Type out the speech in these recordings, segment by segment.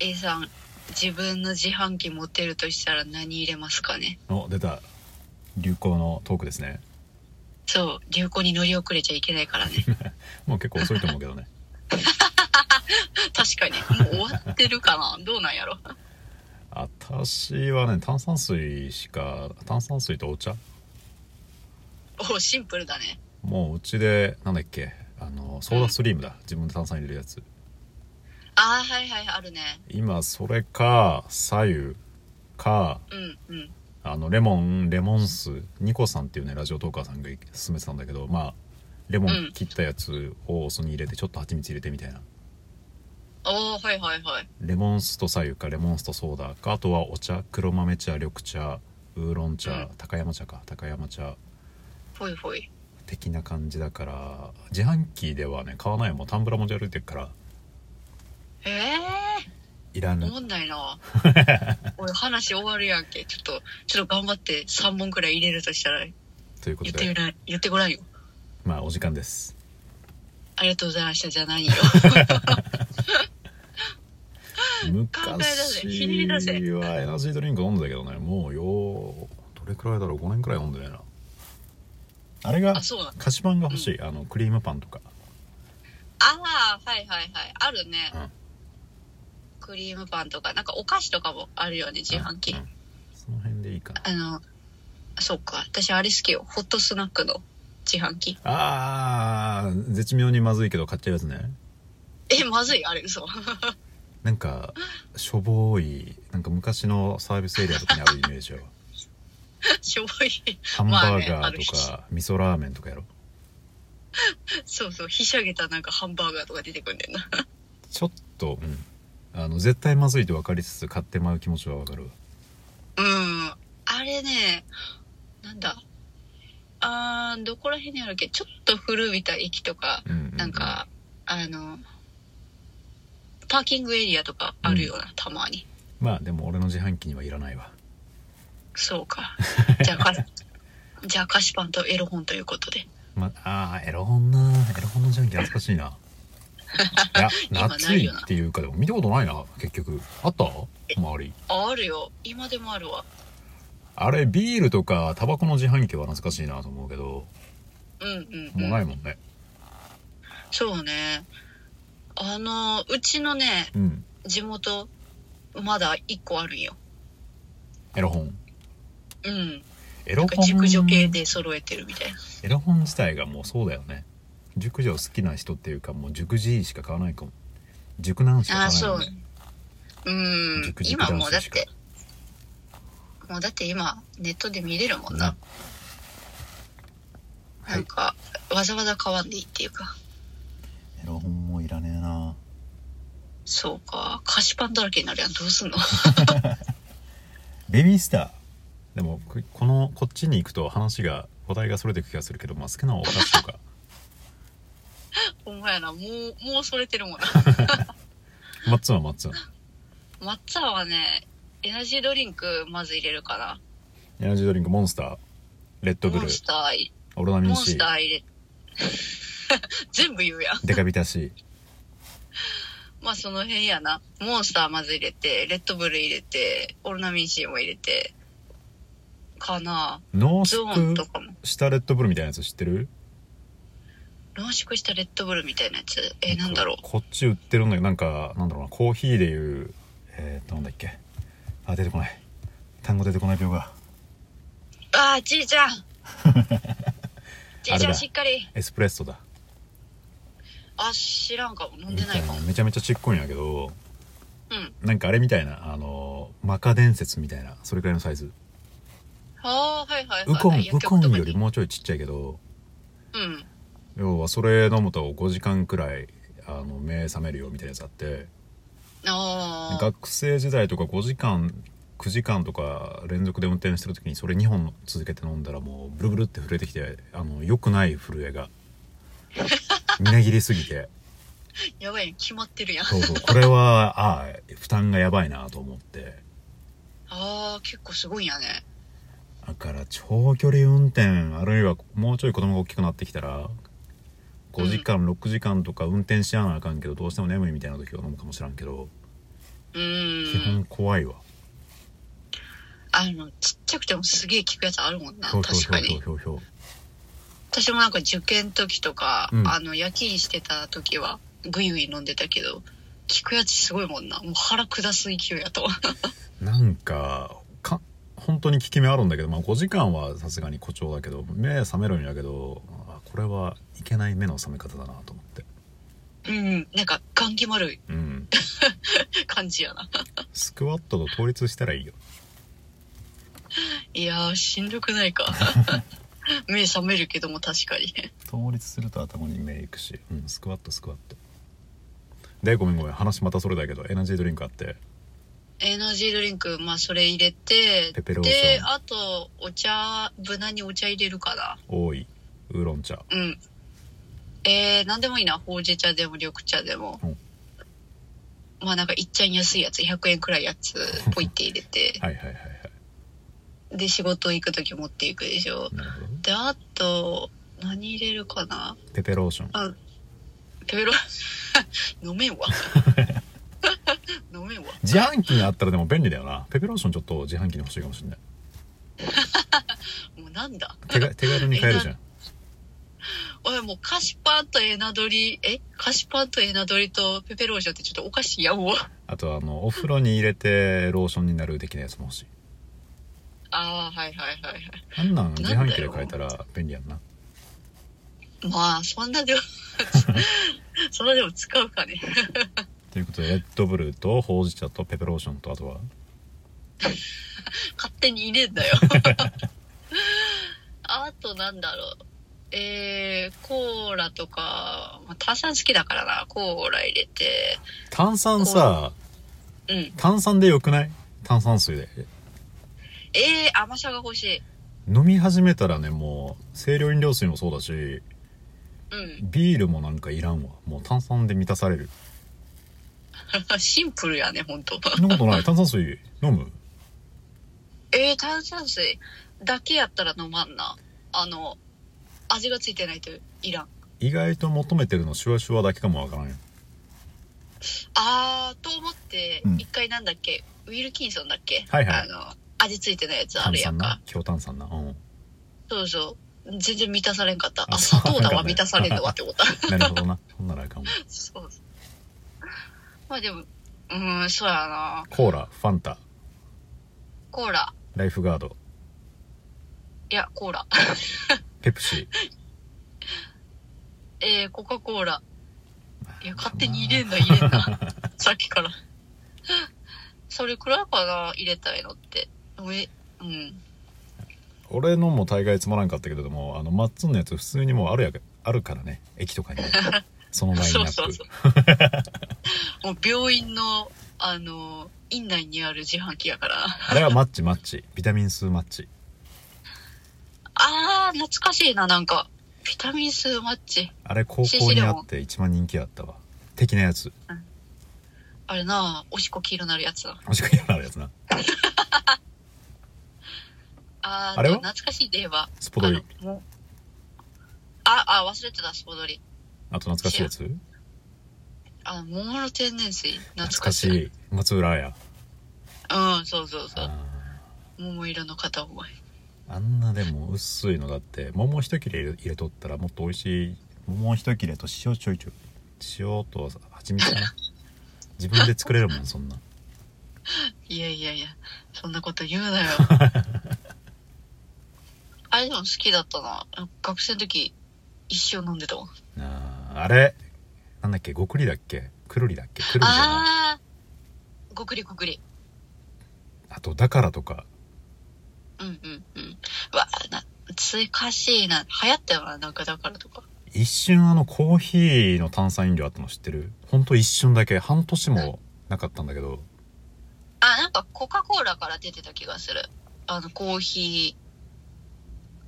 A さん自分の自販機持ってるとしたら何入れますかねお出た流行のトークですねそう流行に乗り遅れちゃいけないから ねもう結構遅いと思うけど ね確かにもう終わってるかなどうなんやろ私はね炭酸水しか炭酸水とお茶おシンプルだねもううちでなんだっけあのソーダストリームだ、自分で炭酸入れるやつああはいはいあるね今それか左右かうんうんあのレモンレモン酢ニコさんっていうねラジオトーカーさんが勧めてたんだけどまあレモうンん切ったやつをお酢に入れてちょっと蜂蜜入れてみたいなおおはいはいはいレモン酢と左右かレモン酢とソーダかあとはお茶黒豆茶緑茶ウーロン茶、うん高山茶か高山茶ほいほい的な感じだから自販機ではね買わないもうタンブラー持ち歩いてるからええいらー、ぬ思んない なおい話終わるやんけちょっとちょっと頑張って3本くらい入れるとしたらというこ言とってでみない言ってごらんよまあお時間ですありがとうございましたじゃない よ考え出せひねり昔出せはエナジードリンク飲んだけどねもうようどれくらいだろう5年くらい飲んでないなあれがあそうなん菓子パンが欲しい、あのクリームパンとかああはいはいはいあるね、うんクリームパンとかなんかお菓子とかもあるよね自販機、うんうんその辺でいいかなあのそっか私あれ好きよホットスナックの自販機あー絶妙にまずいけど買っちゃうやつねえまずいあれ嘘 なんかしょぼいなんか昔のサービスエリアとかにあるイメー ジはしょぼいハンバーまあねあガーるとか味噌ラーメンとかやろそうそうひしゃげたなんかハンバーガーとか出てくんねんな ちょっと、うん、あの絶対まずいと分かりつつ買ってまう気持ちは分かるわうんあれねなんだあーどこら辺にあるっけちょっと古びた駅とかうううなんか、あのパーキングエリアとかあるような、たまにまあでも俺の自販機にはいらないわそうか。じゃあ、か じゃあ菓子パンとエロ本ということで。まあーエロ本なエロ本の自販機懐かし いないや今夏ないいよなっていうかでも見たことないな結局あった周りあ、あるよ。今でもあるわ。あれビールとかタバコの自販機は懐かしいなと思うけどうんうん、もうう。なんいもんねそうね。あの、うちのね、うん地元、まだ一個あるんよ。エロ本うん。エなロんか本熟女系で揃えてるみたいな。エロ本自体がもうそうだよね熟女好きな人っていうかもう熟じいしか買わないかも熟男しか買わないもんあねうん熟。熟今も男うだっ子しかて、もうだって今、ネットで見れるもんなな。はいなんか、わざわざ買わんでいいっていうか。エロ本もいらねえなそうか。菓子パンだらけになるやん。どうすんのベビースターでもここのこっちに行くと話が話題がそれていく気がするけど、まあ、好きなお菓 子とかほんまやな。もう、もうそれてるもんな。 マッツンはマッツン抹茶はねエナジードリンクまず入れるかエナジードリンクモンスターレッドなブモルンスターオロナミモンンス C ター入れ 全部言うやんデカビタ C まあその辺やなモンスターまず入れてレッドブル入れてオルナミン C も入れてかな濃ゾーン縮とかもしたレッドブルみたいなやつ知ってる濃縮したレッドブルみたいなやつえなんだろうこっち売ってるんだけどなんかなんだろうなコーヒーでいうえー、っとなんだっけあ出てこない単語出てこない病があーじいち ゃんじいちゃんしっかりエスプレッソだあ知らんかも飲んみでなたいいかもなめちゃめちゃちっこいんやけどうんなんかあれみたいなあのマカ伝説みたいなそれくらいのサイズああはいはいはいウコン薬ウ局コンとかによりもうちょいちっちゃいけどうん要はそれ飲むと5時間くらいあの目覚めるよみたいなやつあってああ学生時代とか5時間9時間とか連続で運転してる時にそれ2本続けて飲んだらもうブルブルって震えてきてあの良くない 震えがみなぎりすぎてやばい決まってるやんそうそうこれはああ負担がやばいなと思ってああ結構すごいんやねだから長距離運転あるいはもうちょい子供が大きくなってきたら5時間6時間とか運転しやなあかんけどどうしても眠いみたいな時は飲むかもしらんけどう基ーん。本怖いわ、あの、ちっちゃくてもすげえ効くやつあるもんな。ひょうひょう確ひょかうひょにう。ひょうひょう私もなんか受験時とか、うんあの夜勤してた時はぐいぐい飲んでたけど効くやつすごいもんなもう腹下す勢いやと なんかか本当に効き目あるんだけど、まあ、5時間はさすがに誇張だけど目覚めるんだけどあこれはいけない目の覚め方だなと思ってうんなんか雁気丸いうん感じやなスクワットと倒立したらいいよいやーしんどくない か 目覚めるけども確かに倒立すると頭に目いくし、うん、スクワットスクワットでごめんごめん話またそれだけどエナジードリンクあってエナジードリンクまあそれ入れてペペロンチョであとお茶無難にお茶入れるかな多いウーロン茶うん。えー、なんでもいいな。ほうじ茶でも緑茶でもうん。。まあなんかいっちゃん安いやつ、100円くらいやつ、ポイって入れてはいはいはいはで、仕事行くとき持っていくでしょい。なるほどで、あと、何入れるかなペペローションペペロ、 飲めん わ。飲めんわ。自販機にあったらでも便利だよなペペローションちょっと自販機に欲しいかもしれないもうなんだ。手が手軽に買えるじゃんおい、もう菓子パンとエナドリ、え菓子パンとエナドリとペペローションってちょっとおかしいやんわ。あとあのお風呂に入れてローションになる的なやつも欲しいああ、はいはいはいはい。あんなんだよ自販機で買えたら便利やんなまあ、そん なでも、そんなでも使うかね。ということでレッドブルとほうじ茶とペペローションとあとは勝手に入れんだ よ。あとなんだろう。えー、コーラとか、まあ、炭酸好きだからな、コーラ入れて、炭酸さうん。炭酸でよくない炭酸水でえー、甘さが欲しい。飲み始めたらねもう清涼飲料水もそうだしうん。 ビールもなんかいらんわもう炭酸で満たされるシンプルやね、ほんと。そんなことない炭酸水飲むえー、炭酸水だけやったら飲まんな。あの、味がついてないといらん。意外と求めてるのシュワシュワだけかもわからんよあーと思ってうん一回なんだっけ、ウィルキンソンだっけ、はいはいあの味付いてないやつあ炭るや酸んかな強炭酸なうんそうそう全然満たされんかったああ砂そう糖なんだだわ満たされんのわって思った なるほどなそんならあかんわそうまあでもうーんそうやなコーラファンタコーラライフガードいやコーラペプシえー、コカ・コーラいや勝手に入れんな入れん なさっきから それくらいかな入れたいのってえうん俺のも大概つまらんかったけれどもあのマッツンのやつ普通にもうあるやあるからね駅と かにねそのラインそナうッそうプそう。 もう病院の、あの、院内にある自販機やから。あれはマッチマッチビタミン数マッチあー、懐かしいな、なんか。ビタミン数マッチ。あれ高校にあって一番人気あったわ的なやつあれな、おしっこ黄色なるやつな。もしくはあるやつなあー、あれはでも懐かしいで言えば。スポドリあのもうあ、あ、忘れてた、スポドリ。あと懐かしいやつあ、桃の天然水。懐懐かかししい。い松浦綾うん、そうそうそう。あ桃色の片思い。ーあんなでも薄いのだって桃一切れ入れとったらもっと美味しい桃一切れと塩ちょいちょい塩と蜂蜜 かな自分で作れるもんそんないやいやいや、そんなこと言うなよ。あれでも好きだったな。学生の時、一生飲んでたもん。あーあれなんだっけごくりだっけくるりだっけくるりじゃないあー、ごくりごくり。あとだからとかうんうんうん。うわ、な、追加しいな。流行ったよな、なんかだからとか。一瞬あのコーヒーの炭酸飲料あったの知ってるほんと一瞬だけ半年もなかったんだけどあ、なんかコカ・コーラから出てた気がする。あの、コーヒ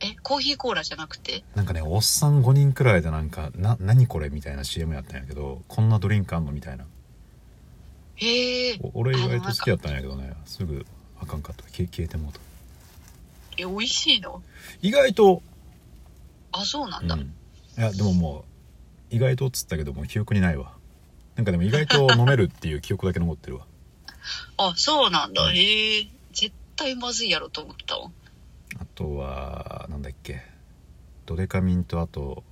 ー、え、コーヒーコーラじゃなくてなんかねおっさん5人くらいでなんか「な何これ?」みたいな CM やったんやけどこんなドリンクあんのみたいなへえ、お俺意外と好きやったんやけどねすぐあかんかった消え消えてもうとえ、美味しいの意外とあ、そうなうんんだ。いやでももう意外とっつったけどもう記憶にないわなんかでも意外と飲めるっていう記憶だけ残ってるわあ、そうなんだ。うんへえ。絶対まずいやろと思ったわ。あとはなんだっけドデカミンとあと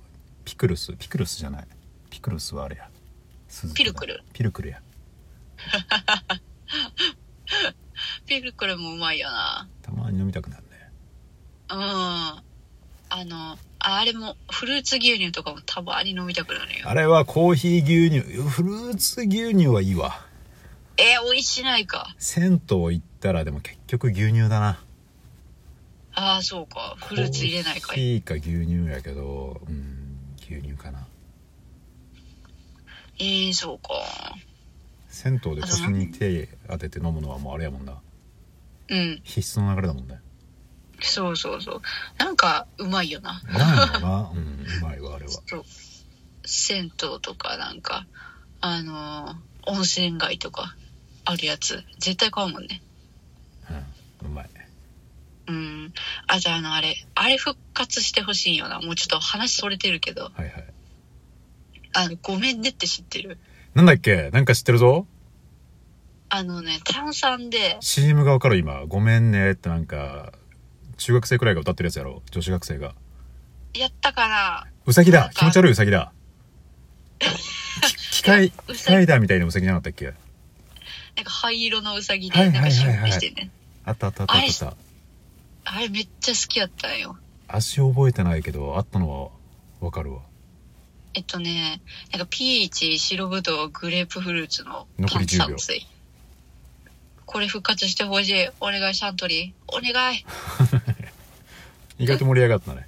ピクルスピクルスじゃないピクルスはあれや鈴ピ木だルクルピルクルやピルクルもうまいよな。たまに飲みたくなるねうん。あの、ああれも、フルーツ牛乳とかもたまに飲みたくなるよ。あれはコーヒー牛乳フルーツ牛乳はいいわえー、美味しないか。銭湯行ったらでも結局牛乳だなああ、そうか。フルーツ入れないかコー。ヒーか牛乳やけどうん牛乳かなえー、そうか。銭湯で腰に手当てて飲むのはもうあれやもんなうん。必須の流れだもん ねそうそうそう。なんか、うまいよな。なんだろうなうんうまいわあれはそう。銭湯とかなんか、あのー温泉街とか、あるやつ。絶対買うもんね。うんうまいうん。あとあの、あれ、あれ復活してほしいよな。もうちょっと話それてるけど、はいはいあの、ごめんねって知ってる。なんだっけなんか知ってるぞあのね、炭酸で、 CM がわかる今「ごめんね」ってなんか中学生くらいが歌ってるやつやろ女子学生がやったから、ウサギなだんか気持ち悪いウサ ギだき機い械やウ機サギ械だみたいなウサギじゃなかったっけなんか灰色のウサギはで、いはいなんはいかはいシュッしてね。あったあったあったあったあったあれめっちゃ好きやったんよ。足覚えてないけどあったのはわかるわえっとね、なんかピーチ、白ぶどう、グレープフルーツの残り炭10秒酸水。これ復活してほしい。お願い、シャントリー。お願い。 意外と盛り上がったね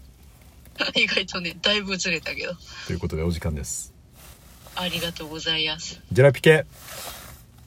意外とね、だいぶずれたけど。ということでお時間ですありがとうございます。ジェラピケ